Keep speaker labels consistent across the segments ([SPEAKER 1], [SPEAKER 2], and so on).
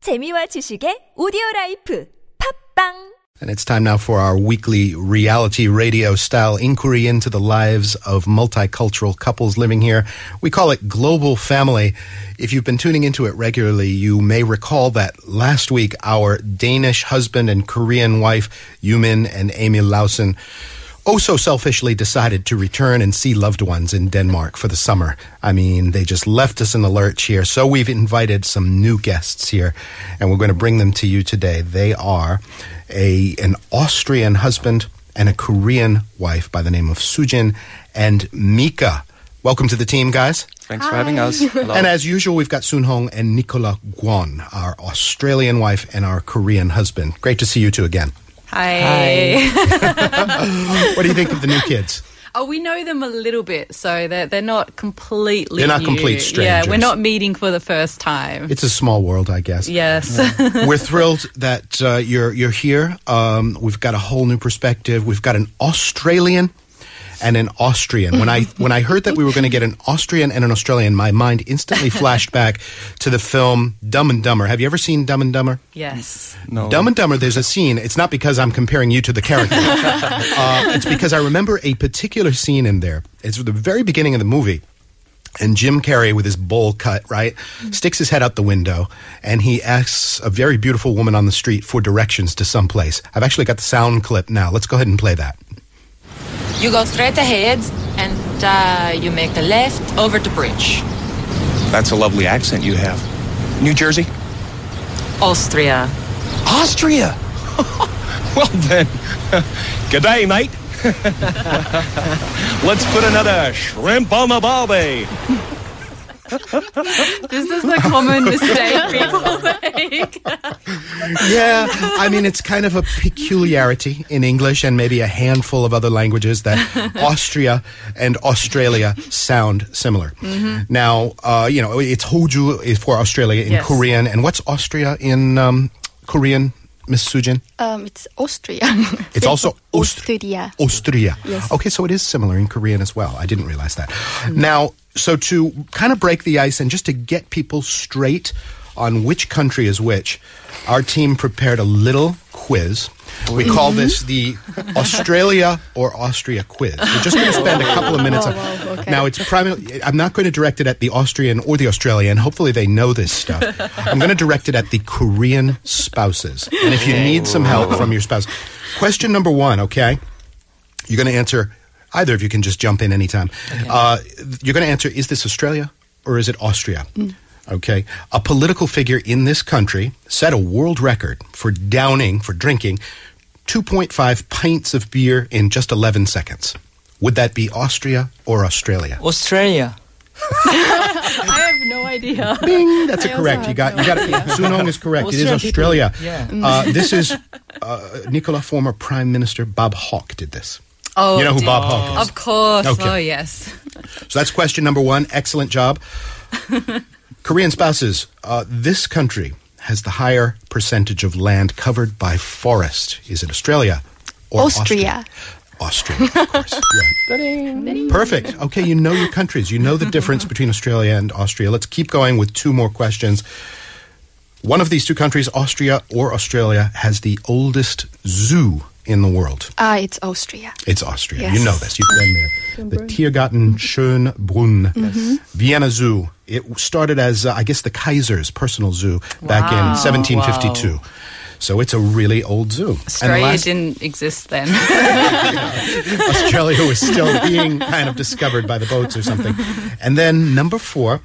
[SPEAKER 1] 재미와 지식의 오디오 라이프 팝빵
[SPEAKER 2] And it's time now for our weekly reality radio style inquiry into the lives of multicultural couples living here. We call it Global Family. If you've been tuning into it regularly, you may recall that last week our Danish husband and Korean wife, Yumin and Emil Lausen, oh so selfishly decided to return and see loved ones in Denmark for the summer. I mean, they just left us in the lurch here. So we've invited some new guests here, and we're going to bring them to you today. They are a an Austrian husband and a Korean wife by the name of Sujin and Mika. Welcome to the team, guys.
[SPEAKER 3] Thanks for having us.
[SPEAKER 4] Oh.
[SPEAKER 3] Hello.
[SPEAKER 2] And uh, as usual, we've got Soon Hong and Nicola Guan, our Australian wife and our Korean husband. Great to see you two again.
[SPEAKER 5] Hi.
[SPEAKER 2] What do you think of the new kids?
[SPEAKER 5] Oh, we know them a little bit, so they're, they're not completely.
[SPEAKER 2] They're not
[SPEAKER 5] new.
[SPEAKER 2] complete strangers.
[SPEAKER 5] Yeah, we're not meeting for the first time.
[SPEAKER 2] It's a small world, I guess.
[SPEAKER 5] yes.
[SPEAKER 2] We're thrilled that uh, you're you're here. Um, we've got a whole new perspective. We've got an Australian and an Austrian. When I when I heard that we were going to get an Austrian and an Australian, my mind instantly flashed back to the film Dumb and Dumber. Have you ever seen Dumb and Dumber?
[SPEAKER 5] yes.
[SPEAKER 3] no.
[SPEAKER 2] Dumb and Dumber, there's a scene. It's not because I'm comparing you to the character. uh, it's because I remember a particular scene in there. It's at the very beginning of the movie. And Jim Carrey, with his bowl cut, right, sticks his head out the window and he asks a very beautiful woman on the street for directions to someplace. I've actually got the sound clip now. Let's go ahead and play that.
[SPEAKER 6] You go straight ahead and uh, you make a left over the bridge.
[SPEAKER 3] That's a lovely accent you have. New Jersey?
[SPEAKER 6] Austria.
[SPEAKER 3] Austria! well then, good day, mate. Let's put another shrimp on the barbie.
[SPEAKER 5] This is a common mistake people make.
[SPEAKER 2] Yeah, I mean, it's kind of a peculiarity in English and maybe a handful of other languages that Austria and Australia sound similar. Now, uh, you know, it's Hoju is for Australia in
[SPEAKER 5] Yes.
[SPEAKER 2] Korean, and what's Austria in um, Korean, Miss Sujin?
[SPEAKER 7] Um, it's Austria.
[SPEAKER 2] It's also Aust-
[SPEAKER 7] Austria.
[SPEAKER 2] Austria.
[SPEAKER 7] Yes.
[SPEAKER 2] Okay, so it is similar in Korean as well. I didn't realize that. Now, so to kind of break the ice and just to get people straight on which country is which, our team prepared a little quiz. We call this the Australia or Austria quiz. We're just going to spend a couple of minutes. on-
[SPEAKER 7] Oh, wow, okay.
[SPEAKER 2] Now, it's primarily, I'm not going to direct it at the Austrian or the Australian. Hopefully, they know this stuff. I'm going to direct it at the Korean spouses. And if you need some help from your spouse, question number one, okay? You're going to answer, either of you can just jump in anytime. Uh, you're going to answer, is this Australia or is it Austria? Okay. A political figure in this country set a world record for downing, for drinking 2.5 pints of beer in just 11 seconds. Would that be Austria or Australia?
[SPEAKER 8] Australia.
[SPEAKER 5] I have no idea.
[SPEAKER 2] Bing! That's a correct. You got. You got it. Sunong is correct. It is
[SPEAKER 8] Australia,
[SPEAKER 2] Australia.
[SPEAKER 8] people. Yeah.
[SPEAKER 2] Uh, this is uh, Nicola, former Prime Minister Bob Hawke did this.
[SPEAKER 5] Oh,
[SPEAKER 2] you know who
[SPEAKER 5] dear.
[SPEAKER 2] Bob Hawke is.
[SPEAKER 5] Of course.
[SPEAKER 2] Okay.
[SPEAKER 5] Oh, yes.
[SPEAKER 2] So that's question number one. Excellent job. Korean spouses, uh, this country has the higher percentage of land covered by forest. Is it Australia or
[SPEAKER 7] Austria.
[SPEAKER 2] Austria, of course. Yeah. Perfect. Okay, you know your countries. You know the difference between Australia and Austria. Let's keep going with two more questions. One of these two countries, Austria or Australia, has the oldest zoo in the world.
[SPEAKER 7] Ah, it's Austria.
[SPEAKER 2] It's Austria.
[SPEAKER 7] Yes.
[SPEAKER 2] You know this. You've been there. The Tiergarten Schönbrunn,
[SPEAKER 5] Mm-hmm.
[SPEAKER 2] Vienna Zoo. It started as, uh, I guess, the Kaiser's personal zoo back in 1752. So it's a really old zoo. And the
[SPEAKER 5] Australia
[SPEAKER 2] last-
[SPEAKER 5] didn't exist then.
[SPEAKER 2] Australia was still being kind of discovered by the boats or something. And then number four,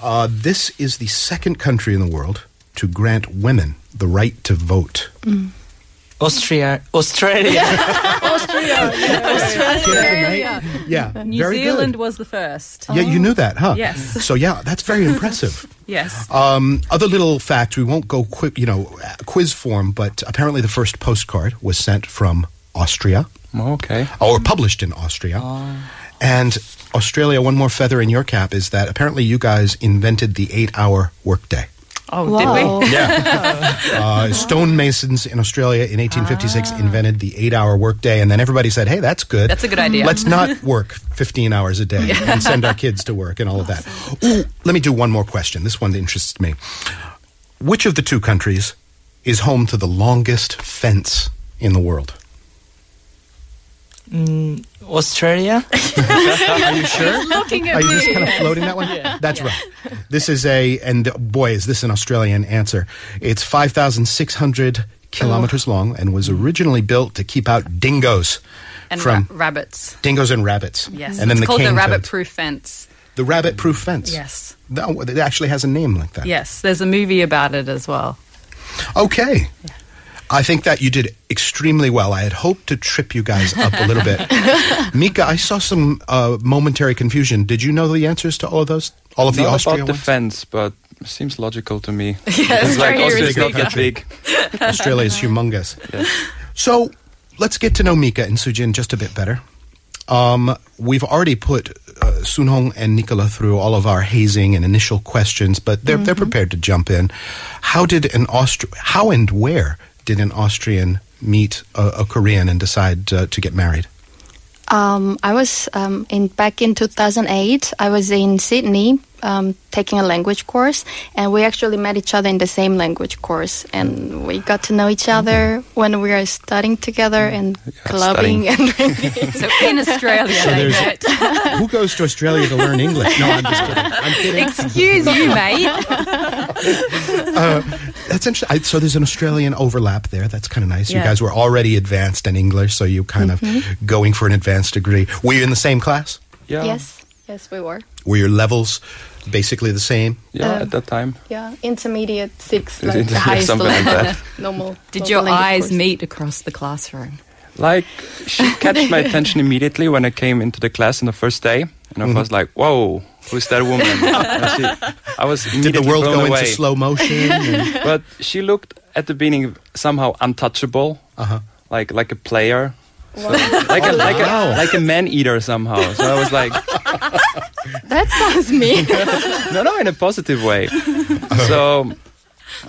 [SPEAKER 2] uh, this is the second country in the world to grant women the right to vote.
[SPEAKER 8] Austria. Australia.
[SPEAKER 2] Australia. Yeah.
[SPEAKER 5] New
[SPEAKER 2] very
[SPEAKER 5] Zealand
[SPEAKER 2] Good.
[SPEAKER 5] was the first.
[SPEAKER 2] Yeah, you knew that, huh?
[SPEAKER 5] Yes.
[SPEAKER 2] So yeah, that's very impressive.
[SPEAKER 5] Yes.
[SPEAKER 2] Um, other little facts. We won't go quick, you know, uh, quiz form, but apparently the first postcard was sent from Austria
[SPEAKER 3] Okay.
[SPEAKER 2] or published in Austria. And Australia, one more feather in your cap is that apparently you guys invented the eight hour workday.
[SPEAKER 5] Oh, did we?
[SPEAKER 7] Wow.
[SPEAKER 2] Uh, stonemasons in Australia in 1856 invented the eight hour workday, and then everybody said, hey, that's good.
[SPEAKER 5] Ah. That's a good idea.
[SPEAKER 2] Let's not work 15 hours a day and send our kids to work and all of that. Ooh, let me do one more question. This one interests me. Which of the two countries is home to the longest fence in the world?
[SPEAKER 8] Mm, Australia.
[SPEAKER 2] Are you sure?
[SPEAKER 5] Looking
[SPEAKER 2] Are
[SPEAKER 5] at
[SPEAKER 2] you just
[SPEAKER 5] me.
[SPEAKER 2] kind of floating that one? That's right. This is a, and boy, is this an Australian answer. It's 5,600 kilometers long and was originally built to keep out dingoes
[SPEAKER 5] And
[SPEAKER 2] from
[SPEAKER 5] ra- rabbits.
[SPEAKER 2] dingoes and rabbits.
[SPEAKER 5] Yes.
[SPEAKER 2] And then
[SPEAKER 5] it's
[SPEAKER 2] the
[SPEAKER 5] called the
[SPEAKER 2] cane
[SPEAKER 5] rabbit
[SPEAKER 2] toads.
[SPEAKER 5] proof fence.
[SPEAKER 2] The rabbit proof fence.
[SPEAKER 5] Yes.
[SPEAKER 2] That, it actually has a name like that.
[SPEAKER 5] Yes. There's a movie about it as well.
[SPEAKER 2] Okay. I think that you did extremely well. I had hoped to trip you guys up a little bit. Mika, I saw some uh, momentary confusion. Did you know the answers to all of those? All of the
[SPEAKER 4] Not
[SPEAKER 2] Austria
[SPEAKER 4] about
[SPEAKER 2] ones?
[SPEAKER 4] defense, but seems logical to me.
[SPEAKER 5] Yes,
[SPEAKER 4] it's like
[SPEAKER 5] Australia
[SPEAKER 4] Austria
[SPEAKER 5] is
[SPEAKER 4] not
[SPEAKER 5] big.
[SPEAKER 4] that big.
[SPEAKER 2] Australia is humongous. So let's get to know Mika and Sujin just a bit better. Um, we've already put uh, Sunhong and Nicola through all of our hazing and initial questions, but they're they're prepared to jump in. How did an Austri- How and where did an Austrian meet a, a Korean and decide uh, to get married?
[SPEAKER 7] Um, I was um, in back in 2008. I was in Sydney um, taking a language course, and we actually met each other in the same language course, and we got to know each other when we were studying together and clubbing and
[SPEAKER 5] So in Australia, they
[SPEAKER 2] there's-
[SPEAKER 5] met.
[SPEAKER 2] Who goes to Australia to learn English? No, I'm just kidding. I'm kidding.
[SPEAKER 5] Excuse you, mate.
[SPEAKER 2] That's interesting. I, so there's an Australian overlap there. That's kind of nice. You
[SPEAKER 5] Yeah.
[SPEAKER 2] guys were already advanced in English, so you kind of going for an advanced degree. Were you in the same class?
[SPEAKER 4] Yeah.
[SPEAKER 7] yes, yes, we were.
[SPEAKER 2] Were your levels basically the same?
[SPEAKER 4] Yeah,
[SPEAKER 7] Um,
[SPEAKER 4] at that time.
[SPEAKER 7] Yeah, intermediate six,
[SPEAKER 4] Is
[SPEAKER 7] like
[SPEAKER 4] it-
[SPEAKER 7] the highest
[SPEAKER 4] something like
[SPEAKER 7] level.
[SPEAKER 4] that?
[SPEAKER 7] normal.
[SPEAKER 5] Did
[SPEAKER 7] normal
[SPEAKER 5] your
[SPEAKER 7] language
[SPEAKER 5] eyes
[SPEAKER 7] course.
[SPEAKER 5] meet across the classroom?
[SPEAKER 4] Like, she catch my attention immediately when I came into the class on the first day. And I
[SPEAKER 2] Mm-hmm.
[SPEAKER 4] was like, whoa, who's that woman? And she- I was immediately
[SPEAKER 2] Did the world
[SPEAKER 4] blown
[SPEAKER 2] go
[SPEAKER 4] away.
[SPEAKER 2] into slow motion? And-
[SPEAKER 4] But she looked at the beginning somehow untouchable,
[SPEAKER 2] Uh-huh.
[SPEAKER 4] like like a player. So, like a like
[SPEAKER 2] wow.
[SPEAKER 4] a like a man eater somehow. So I was like,
[SPEAKER 7] That sounds mean.
[SPEAKER 4] no, no, in a positive way. so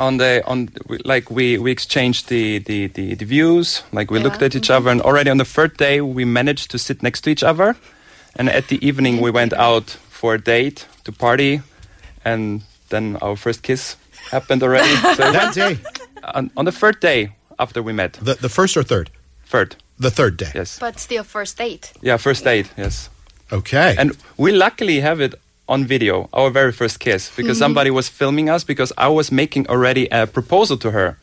[SPEAKER 4] on the on we- like we we exchanged the the the, the views. Like we
[SPEAKER 7] Yeah.
[SPEAKER 4] looked at each other, and already on the third day we managed to sit next to each other. And at the evening we went out for a date to party, and then our first kiss happened already. So
[SPEAKER 2] that day,
[SPEAKER 4] on, on the third day after we met,
[SPEAKER 2] the, the first or third?
[SPEAKER 4] third,
[SPEAKER 2] The third day.
[SPEAKER 4] yes,
[SPEAKER 7] but still, first date.
[SPEAKER 4] yeah, first date, yes.
[SPEAKER 2] Okay.
[SPEAKER 4] And we luckily have it on video, our very first kiss, because
[SPEAKER 7] Mm-hmm.
[SPEAKER 4] somebody was filming us because I was making already a proposal to her.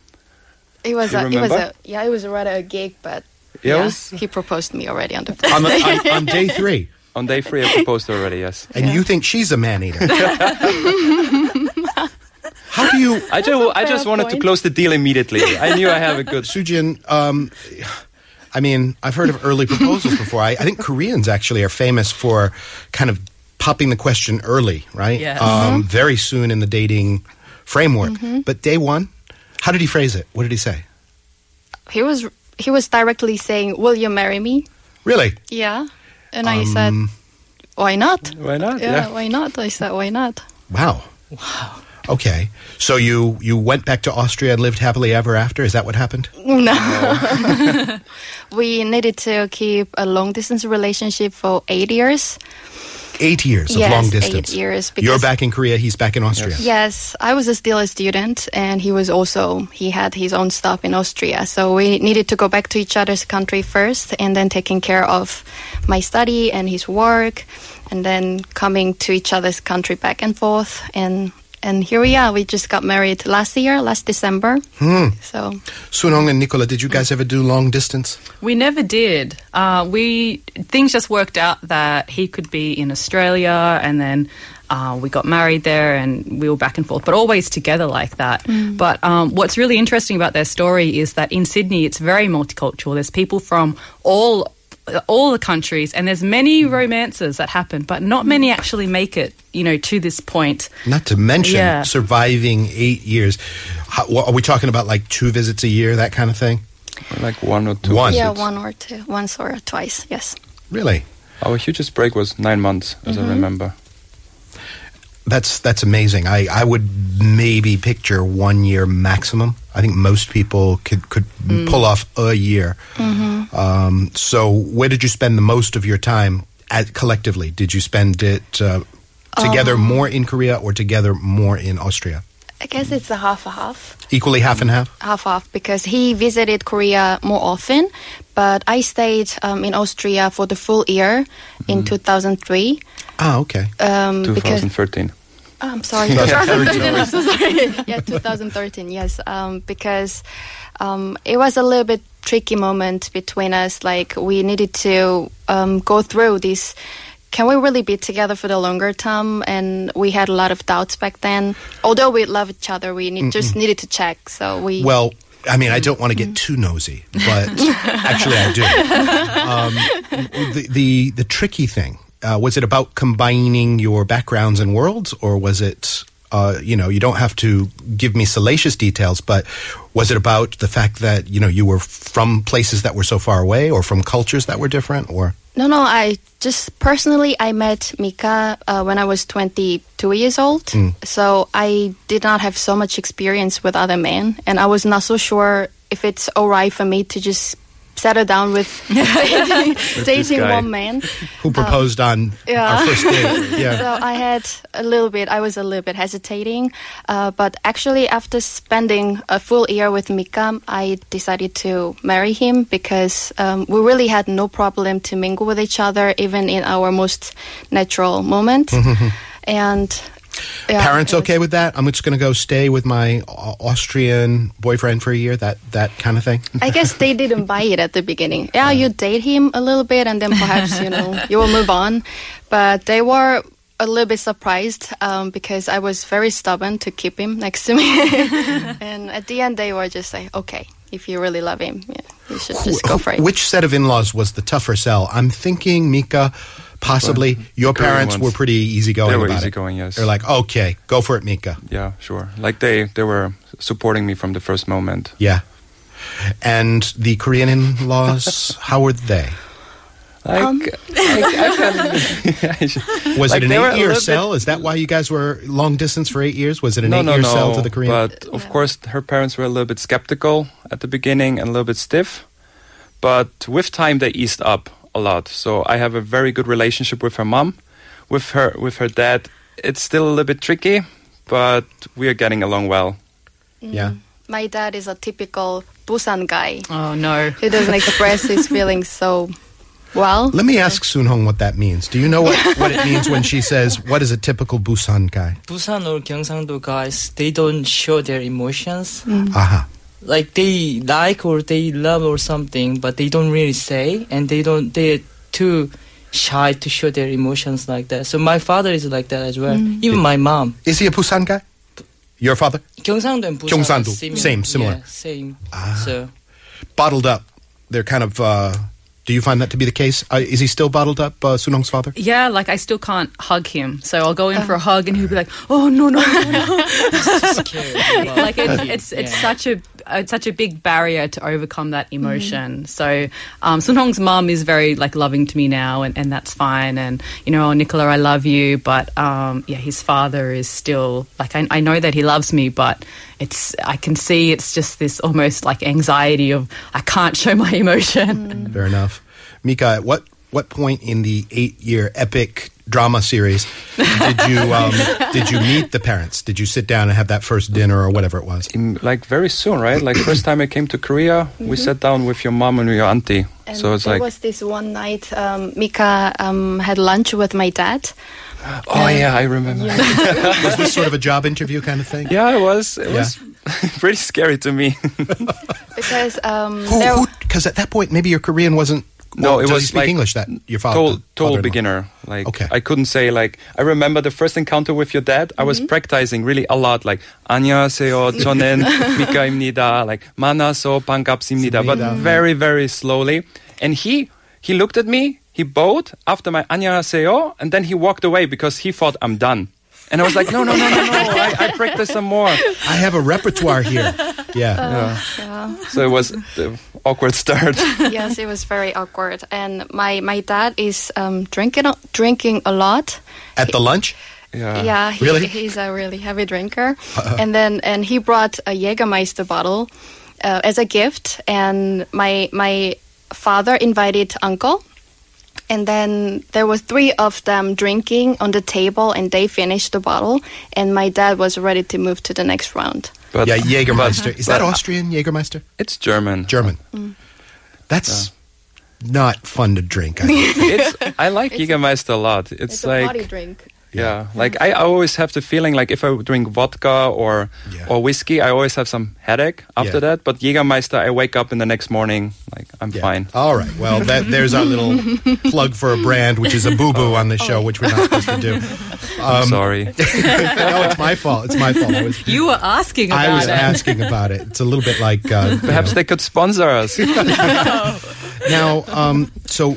[SPEAKER 7] It was
[SPEAKER 4] You
[SPEAKER 7] a, it was a
[SPEAKER 4] remember?
[SPEAKER 7] yeah, it was rather a gig, but
[SPEAKER 4] Yeah, it
[SPEAKER 7] yeah,
[SPEAKER 4] was-
[SPEAKER 7] he proposed me already on the
[SPEAKER 2] on, the, on, on day three.
[SPEAKER 4] On day three, I proposed already, yes.
[SPEAKER 2] And you think she's a man eater. How do you,
[SPEAKER 4] I just, I just
[SPEAKER 7] fair
[SPEAKER 4] wanted to
[SPEAKER 7] point.
[SPEAKER 4] close the deal immediately. I knew I have a good.
[SPEAKER 2] Sujin, um, I mean, I've heard of early proposals before. I, I think Koreans actually are famous for kind of popping the question early, right?
[SPEAKER 5] Yes.
[SPEAKER 7] Mm-hmm.
[SPEAKER 2] Um, Very soon in the dating framework. But day one, how did he phrase it? What did he say?
[SPEAKER 7] he was he was directly saying, "Will you marry me?"
[SPEAKER 2] Really?
[SPEAKER 7] Yeah, and I said, "Why not?"
[SPEAKER 4] Why not?
[SPEAKER 7] Yeah,
[SPEAKER 4] Yeah.
[SPEAKER 7] why not? I said, "Why not?"
[SPEAKER 2] Wow. Wow. Okay. So you you went back to Austria and lived happily ever after? Is that what happened?
[SPEAKER 7] No. we needed to keep a long distance relationship for eight years.
[SPEAKER 2] 8 years of
[SPEAKER 7] Yes,
[SPEAKER 2] long
[SPEAKER 7] eight
[SPEAKER 2] distance.
[SPEAKER 7] years,
[SPEAKER 2] You're
[SPEAKER 7] because-
[SPEAKER 2] back in Korea, he's back in Austria.
[SPEAKER 7] Yes, I was still a student, and he was also he had his own stuff in Austria. So we needed to go back to each other's country first, and then taking care of my study and his work, and then coming to each other's country back and forth. And and here we are. We just got married last year, last December. So
[SPEAKER 2] Sunong and Nicola, did you
[SPEAKER 7] Mm.
[SPEAKER 2] guys ever do long distance?
[SPEAKER 5] We never did. Uh, we things just worked out that he could be in Australia, and then uh, we got married there, and we were back and forth, but always together like that. But um, what's really interesting about their story is that in Sydney, it's very multicultural. There's people from all all the countries, and there's many romances that happen, but not many actually make it, you know, to this point.
[SPEAKER 2] Not to mention
[SPEAKER 5] Yeah.
[SPEAKER 2] surviving eight years. How, wha- are we talking about like two visits a year, that kind of thing?
[SPEAKER 4] Like one or two.
[SPEAKER 2] One.
[SPEAKER 7] yeah,
[SPEAKER 4] visits.
[SPEAKER 7] one or two, once or twice. Yes.
[SPEAKER 2] Really?
[SPEAKER 4] Our hugest break was nine months, as
[SPEAKER 7] Mm-hmm.
[SPEAKER 4] I remember.
[SPEAKER 2] That's that's amazing. I, I would maybe picture one year maximum. I think most people could could pull off a year. Um, so where did you spend the most of your time at, collectively? Did you spend it uh, together more in Korea or together more in Austria?
[SPEAKER 7] I guess it's a half a half.
[SPEAKER 2] Equally half and half?
[SPEAKER 7] half half because he visited Korea more often, but I stayed um, in Austria for the full year in 2003.
[SPEAKER 2] Ah, okay.
[SPEAKER 7] Um, because
[SPEAKER 4] 2013.
[SPEAKER 7] Oh, I'm sorry, 2013. I'm so sorry. yeah, 2013. Yes, um, because um, it was a little bit tricky moment between us. Like we needed to um, go through this. Can we really be together for the longer term? And we had a lot of doubts back then. Although we love each other, we need, just needed to check. So we
[SPEAKER 2] Well, I mean, I don't want to get too nosy, but actually, I do. Um, the, the the tricky thing uh, was it about combining your backgrounds and worlds, or was it? Uh, you know, you don't have to give me salacious details, but was it about the fact that you know you were from places that were so far away, or from cultures that were different, or
[SPEAKER 7] No, no, I just personally I met Mika uh, when I was 22 years old. So I did not have so much experience with other men and I was not so sure if it's all right for me to just settle down with dating, dating
[SPEAKER 4] guy.
[SPEAKER 7] one man.
[SPEAKER 2] who proposed on
[SPEAKER 7] Um, yeah.
[SPEAKER 2] our first date? Yeah,
[SPEAKER 7] So I had a little bit, I was a little bit hesitating. Uh, but actually, after spending a full year with Mika, I decided to marry him because um, we really had no problem to mingle with each other, even in our most natural moments. And yeah,
[SPEAKER 2] Mm-hmm. parents
[SPEAKER 7] it was-
[SPEAKER 2] okay with that? I'm just going to go stay with my Au- Austrian boyfriend for a year. That that kind of thing.
[SPEAKER 7] I guess they didn't buy it at the beginning. Yeah, you date him a little bit and then perhaps, you know, you will move on. But they were a little bit surprised um, because I was very stubborn to keep him next to me. and at the end, they were just like, okay, if you really love him, yeah, you should just go for it.
[SPEAKER 2] Which set of in-laws was the tougher sell? I'm thinking Mika, possibly your
[SPEAKER 4] Korean
[SPEAKER 2] parents
[SPEAKER 4] ones.
[SPEAKER 2] were pretty easygoing.
[SPEAKER 4] They were
[SPEAKER 2] about it.
[SPEAKER 4] easygoing, yes.
[SPEAKER 2] They're like, okay, go for it, Mika.
[SPEAKER 4] Yeah, sure. Like they they were supporting me from the first moment.
[SPEAKER 2] Yeah. And the Korean in-laws, how were they?
[SPEAKER 4] Like,
[SPEAKER 7] Um.
[SPEAKER 2] Was it an
[SPEAKER 4] Like, they were a
[SPEAKER 2] eight-year
[SPEAKER 4] little
[SPEAKER 2] sell? Is that why you guys were long distance for eight years? Was it an eight-year sell to the Korean?
[SPEAKER 4] But of course, her parents were a little bit skeptical at the beginning and a little bit stiff. But with time, they eased up a lot. So I have a very good relationship with her mom, with her with her dad. It's still a little bit tricky, but we are getting along well.
[SPEAKER 7] Mm.
[SPEAKER 2] yeah.
[SPEAKER 7] My dad is a typical Busan guy
[SPEAKER 5] Oh no.
[SPEAKER 7] who doesn't express his feelings so well.
[SPEAKER 2] Let me ask Soon Hong what that means. Do you know what, what it means when she says, what is a typical Busan guy?
[SPEAKER 8] Busan or Gyeongsangdo guys, they don't show their emotions.
[SPEAKER 7] Mm.
[SPEAKER 2] Aha.
[SPEAKER 8] Like they like or they love or something, but they don't really say, and they don't. They're too shy to show their emotions like that. So my father is like that as well. Even my mom.
[SPEAKER 2] Is he a Busan guy? Your father?
[SPEAKER 8] Gyeongsangdo and Busan. are
[SPEAKER 2] Gyeongsangdo,
[SPEAKER 8] similar.
[SPEAKER 2] same, similar. Ah.
[SPEAKER 8] Yeah, same. So
[SPEAKER 2] bottled up. They're kind of. Uh, do you find that to be the case? Uh, is he still bottled up, uh, Sunong's father?
[SPEAKER 5] Yeah, like I still can't hug him. So I'll go in for a hug and he'll be like, "Oh no, no, no, no."
[SPEAKER 8] scared. about
[SPEAKER 5] like it,
[SPEAKER 8] hugging.
[SPEAKER 5] it's it's
[SPEAKER 8] Yeah.
[SPEAKER 5] such a it's such a big barrier to overcome that emotion. So um, Sun Hong's mum is very like loving to me now, and, and that's fine. And you know, oh, Nicola, I love you, but um, yeah, his father is still like I, I know that he loves me, but it's I can see it's just this almost like anxiety of I can't show my emotion.
[SPEAKER 2] Fair enough. Mika, at what what point in the eight year epic drama series did you um, did you meet the parents? Did you sit down and have that first dinner or whatever it was?
[SPEAKER 4] In, like very soon, right? Like first time I came to Korea, we sat down with your mom and your auntie.
[SPEAKER 7] Mm-hmm. And
[SPEAKER 4] so it's
[SPEAKER 7] there
[SPEAKER 4] like,
[SPEAKER 7] was this one night um, Mika um, had lunch with my dad.
[SPEAKER 4] oh yeah, I remember.
[SPEAKER 2] Was this sort of a job interview kind of thing?
[SPEAKER 4] Yeah, it was. It
[SPEAKER 2] Yeah.
[SPEAKER 4] was pretty scary to me.
[SPEAKER 7] because um, there-
[SPEAKER 2] Because at that point, maybe your Korean wasn't.
[SPEAKER 4] no,
[SPEAKER 2] well,
[SPEAKER 4] it
[SPEAKER 2] Oh, does
[SPEAKER 4] was
[SPEAKER 2] he speak
[SPEAKER 4] like
[SPEAKER 2] English. That your father,
[SPEAKER 4] total, total
[SPEAKER 2] father-in-law?
[SPEAKER 4] beginner. Like
[SPEAKER 2] Okay.
[SPEAKER 4] I couldn't say like I remember the first encounter with your dad. I was practicing really a lot, like 안녕하세요, 저는 미카입니다, like 만나서 반갑습니다, but very very slowly. And he he looked at me, he bowed after my 안녕하세요, and then he walked away because he thought I'm done. And I was like, no, no, no, no, no! I, I practice some more.
[SPEAKER 2] I have a repertoire here. Yeah.
[SPEAKER 4] So it was the awkward start.
[SPEAKER 7] yes, it was very awkward. And my, my dad is um, drinking a- drinking a lot.
[SPEAKER 2] At the lunch,
[SPEAKER 4] Yeah.
[SPEAKER 7] yeah,
[SPEAKER 2] Ah.
[SPEAKER 7] he,
[SPEAKER 2] really? Uh-huh.
[SPEAKER 7] he's a really heavy drinker. And then and he brought a Jägermeister bottle uh, as a gift. And my my father invited uncle. and then there were three of them drinking on the table and they finished the bottle and my dad was ready to move to the next round
[SPEAKER 4] But
[SPEAKER 2] yeah, Jägermeister. Is that
[SPEAKER 4] but-
[SPEAKER 2] Austrian Jägermeister?
[SPEAKER 4] it's German.
[SPEAKER 2] German. That's not fun to drink. I think.
[SPEAKER 4] it's, I like Jägermeister a lot. It's,
[SPEAKER 7] it's
[SPEAKER 4] like
[SPEAKER 7] a party drink
[SPEAKER 4] Yeah, like I always have the feeling like if I drink vodka or
[SPEAKER 2] Yeah.
[SPEAKER 4] or whiskey, I always have some headache after
[SPEAKER 2] Yeah.
[SPEAKER 4] that. But Jägermeister, I wake up in the next morning like I'm
[SPEAKER 2] Yeah.
[SPEAKER 4] fine.
[SPEAKER 2] All right. Well, that, there's our little plug for a brand, which is a boo boo on the show, which we're not supposed to do.
[SPEAKER 4] I'm
[SPEAKER 2] Um,
[SPEAKER 4] sorry.
[SPEAKER 2] no, it's my fault. It's my fault. I was,
[SPEAKER 5] You were asking about
[SPEAKER 2] I was
[SPEAKER 5] it.
[SPEAKER 2] asking about it. It's a little bit like uh, you
[SPEAKER 4] Perhaps
[SPEAKER 2] know.
[SPEAKER 4] they could sponsor us.
[SPEAKER 2] now. Um, so,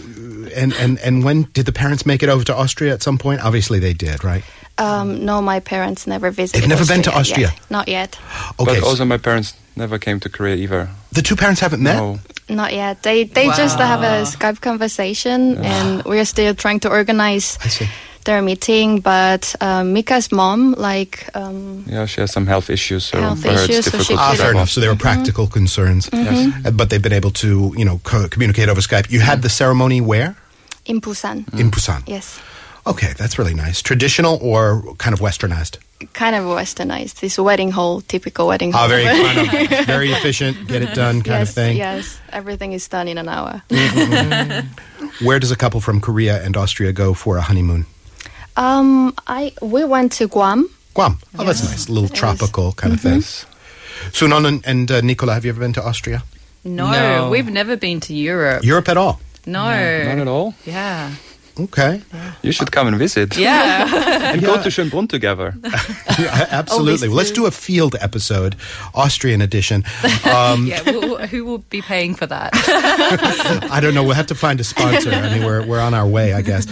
[SPEAKER 2] and and and when did the parents make it over to Austria at some point? Obviously, they did, right?
[SPEAKER 7] um, no my parents never visited
[SPEAKER 2] never been to
[SPEAKER 7] yet.
[SPEAKER 2] Austria?
[SPEAKER 7] not yet
[SPEAKER 2] Okay.
[SPEAKER 4] But
[SPEAKER 2] so
[SPEAKER 4] also, my parents never came to Korea either. Oh,
[SPEAKER 2] the two parents haven't met.
[SPEAKER 4] No.
[SPEAKER 7] Not yet. They they just have a Skype conversation, and we're still trying to organize
[SPEAKER 2] Ah. I see.
[SPEAKER 7] their meeting. But um, Mika's mom, like, um,
[SPEAKER 4] Yeah, she has some health issues, so
[SPEAKER 7] Health
[SPEAKER 4] for her
[SPEAKER 7] issues,
[SPEAKER 4] it's
[SPEAKER 7] so she
[SPEAKER 4] difficult.
[SPEAKER 2] Ah,
[SPEAKER 4] to
[SPEAKER 2] fair
[SPEAKER 4] travel.
[SPEAKER 2] enough. So there were practical concerns, Uh, but they've been able to, you know, co- communicate over Skype. You had the ceremony where
[SPEAKER 7] in Busan.
[SPEAKER 2] in Busan.
[SPEAKER 7] Yes,
[SPEAKER 2] Okay, that's really nice. Traditional or kind of westernized?
[SPEAKER 7] kind of westernized. This wedding hall, typical wedding hall.
[SPEAKER 2] Ah, very kind of, very efficient, get it done kind
[SPEAKER 7] yes,
[SPEAKER 2] of thing.
[SPEAKER 7] Yes, everything is done in an hour.
[SPEAKER 2] Where does a couple from Korea and Austria go for a honeymoon?
[SPEAKER 7] um, I we went to Guam.
[SPEAKER 2] Guam. Oh, that's nice. A little tropical kind of thing. Sunon and, and uh, Nicola, have you ever been to Austria?
[SPEAKER 5] No,
[SPEAKER 8] No.
[SPEAKER 5] we've never been to Europe.
[SPEAKER 2] Europe at all?
[SPEAKER 5] no.
[SPEAKER 4] Not at all.
[SPEAKER 5] Yeah.
[SPEAKER 2] Okay.
[SPEAKER 4] You should come and visit
[SPEAKER 5] Yeah.
[SPEAKER 4] and go to Schönbrunn together.
[SPEAKER 2] Yeah, absolutely. Well, let's do a field episode, Austrian edition. Um,
[SPEAKER 5] yeah. Who, who will be paying for that?
[SPEAKER 2] I don't know. We'll have to find a sponsor. I mean, we're, we're on our way, I guess.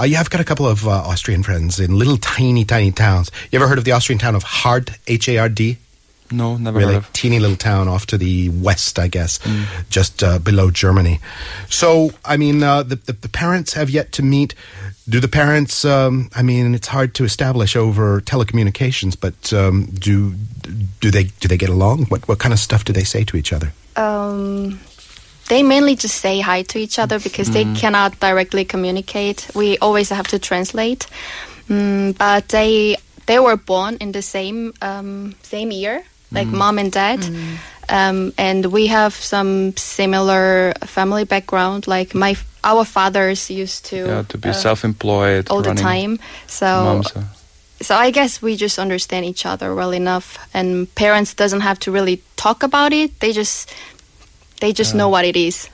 [SPEAKER 2] Uh, yeah, I've got a couple of uh, Austrian friends in little tiny, tiny towns. You ever heard of the Austrian town of Hard, H A R D?
[SPEAKER 4] No, never
[SPEAKER 2] Really
[SPEAKER 4] heard of. Mm.
[SPEAKER 2] teeny little town off to the west, I guess, just uh, below Germany. So, I mean, uh, the, the, the parents have yet to meet. Do the parents, um, I mean, it's hard to establish over telecommunications, but um, do, do, they, do they get along? What, what kind of stuff do they say to each other?
[SPEAKER 7] Um, they mainly just say hi to each other because
[SPEAKER 4] Mm-hmm.
[SPEAKER 7] they cannot directly communicate. We always have to translate. Mm, but they they were born in the same um, same year, like
[SPEAKER 4] Mm-hmm.
[SPEAKER 7] mom and dad. Um, and we have some similar family background. Like my our fathers used to
[SPEAKER 4] Yeah, to be
[SPEAKER 7] uh,
[SPEAKER 4] self-employed
[SPEAKER 7] all the
[SPEAKER 4] running
[SPEAKER 7] time. So
[SPEAKER 4] moms, uh,
[SPEAKER 7] so I guess we just understand each other well enough, and parents doesn't have to really talk about it. They just they just know what it is.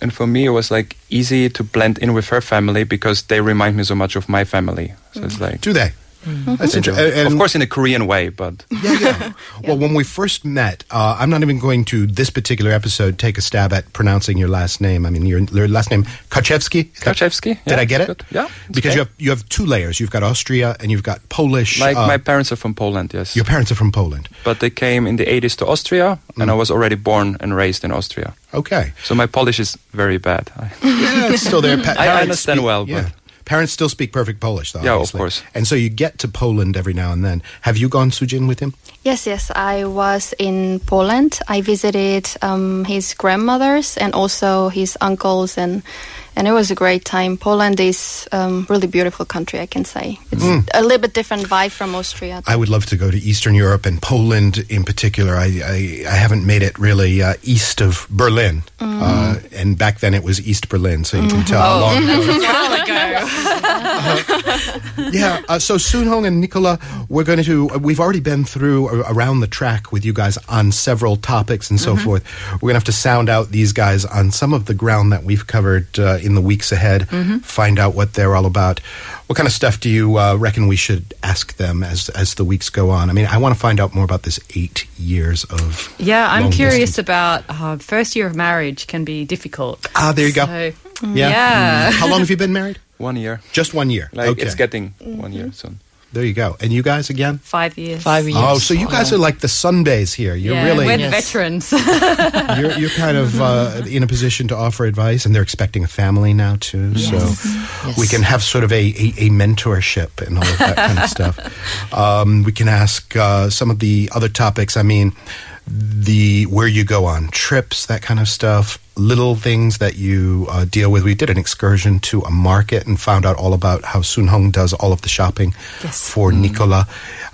[SPEAKER 4] and for me it was like easy to blend in with her family because they remind me so much of my family so it's like
[SPEAKER 2] Do they? That's
[SPEAKER 4] they do.
[SPEAKER 2] interesting. And-
[SPEAKER 4] of course in a korean way but
[SPEAKER 2] yeah, yeah. Well, when we first met, uh, I'm not even going to this particular episode take a stab at pronouncing your last name. I mean, your, your last name Kaczewski. Is that-
[SPEAKER 4] Kaczewski,
[SPEAKER 2] Did
[SPEAKER 4] yeah,
[SPEAKER 2] I get it?
[SPEAKER 4] good. Yeah, it's
[SPEAKER 2] Because you
[SPEAKER 4] okay.
[SPEAKER 2] have you have two layers. You've got Austria and you've got Polish.
[SPEAKER 4] like
[SPEAKER 2] uh,
[SPEAKER 4] my parents are from poland yes
[SPEAKER 2] your parents are from Poland.
[SPEAKER 4] but they came in the 80s to austria and
[SPEAKER 2] Mm.
[SPEAKER 4] i was already born and raised in austria
[SPEAKER 2] Okay.
[SPEAKER 4] so my polish is very bad I-
[SPEAKER 2] Yeah, it's still there. Pa-
[SPEAKER 4] I
[SPEAKER 2] parents
[SPEAKER 4] understand
[SPEAKER 2] speak-
[SPEAKER 4] well,
[SPEAKER 2] yeah.
[SPEAKER 4] but-
[SPEAKER 2] Parents still speak perfect Polish, though.
[SPEAKER 4] Yeah, of
[SPEAKER 2] obviously.
[SPEAKER 4] course.
[SPEAKER 2] And so you get to Poland every now and then. Have you gone Sujin with him?
[SPEAKER 7] Yes, yes. I was in Poland. I visited um, his grandmothers and also his uncles, and and it was a great time. Poland is um, really beautiful country. I can say it's a little bit different vibe from Austria.
[SPEAKER 2] I would love to go to Eastern Europe and Poland in particular. I, I, I haven't made it really uh, east of Berlin. Uh, and back then it was East Berlin, so you can tell how long. yeah, uh, so Soon Hong and Nicola, we're going to, we've already been through a- around the track with you guys on several topics and
[SPEAKER 5] Mm-hmm.
[SPEAKER 2] so forth. We're going to have to sound out these guys on some of the ground that we've covered uh, in the weeks ahead,
[SPEAKER 5] Mm-hmm.
[SPEAKER 2] find out what they're all about. What kind of stuff do you uh, reckon we should ask them as, as the weeks go on? I mean, I want to find out more about this eight years of.
[SPEAKER 5] yeah. I'm
[SPEAKER 2] long
[SPEAKER 5] curious
[SPEAKER 2] distance.
[SPEAKER 5] about uh, first year of marriage can be difficult.
[SPEAKER 2] Ah, there you go.
[SPEAKER 5] So,
[SPEAKER 2] Yeah.
[SPEAKER 5] yeah.
[SPEAKER 2] How long have you been married?
[SPEAKER 4] one year
[SPEAKER 2] Just one year.
[SPEAKER 4] like
[SPEAKER 2] okay.
[SPEAKER 4] it's getting one year soon
[SPEAKER 2] there you go. And you guys again?
[SPEAKER 5] Five years.
[SPEAKER 8] Five years.
[SPEAKER 2] Oh, so you guys are like the Sundays here. You're
[SPEAKER 5] Yeah,
[SPEAKER 2] really
[SPEAKER 5] We're the
[SPEAKER 8] Yes.
[SPEAKER 5] veterans.
[SPEAKER 2] you're, you're kind of uh, in a position to offer advice, and they're expecting a family now too. So we can have sort of a, a, a mentorship and all of that kind of stuff. Um, we can ask uh, some of the other topics. I mean, the where you go on trips, that kind of stuff, little things that you uh, deal with. We did an excursion to a market and found out all about how Sun Hong does all of the shopping
[SPEAKER 5] Yes.
[SPEAKER 2] for Nicola.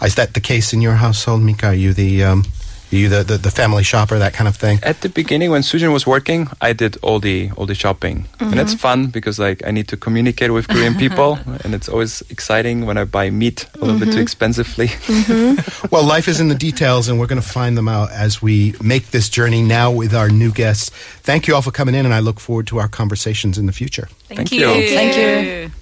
[SPEAKER 2] Is that the case in your household, Mika? Are you the um, are you the, the, the family shopper, that kind of thing?
[SPEAKER 4] At the beginning, when Sujin was working, I did all the all the shopping, and it's fun because like I need to communicate with Korean people, and it's always exciting when I buy meat a little bit too expensively.
[SPEAKER 2] Well, life is in the details, and we're going to find them out as we make this journey now with our new guests. Thank you all for coming in, and I look forward to our conversations in the future.
[SPEAKER 4] Thank you.
[SPEAKER 7] Thank you.
[SPEAKER 5] Thank you.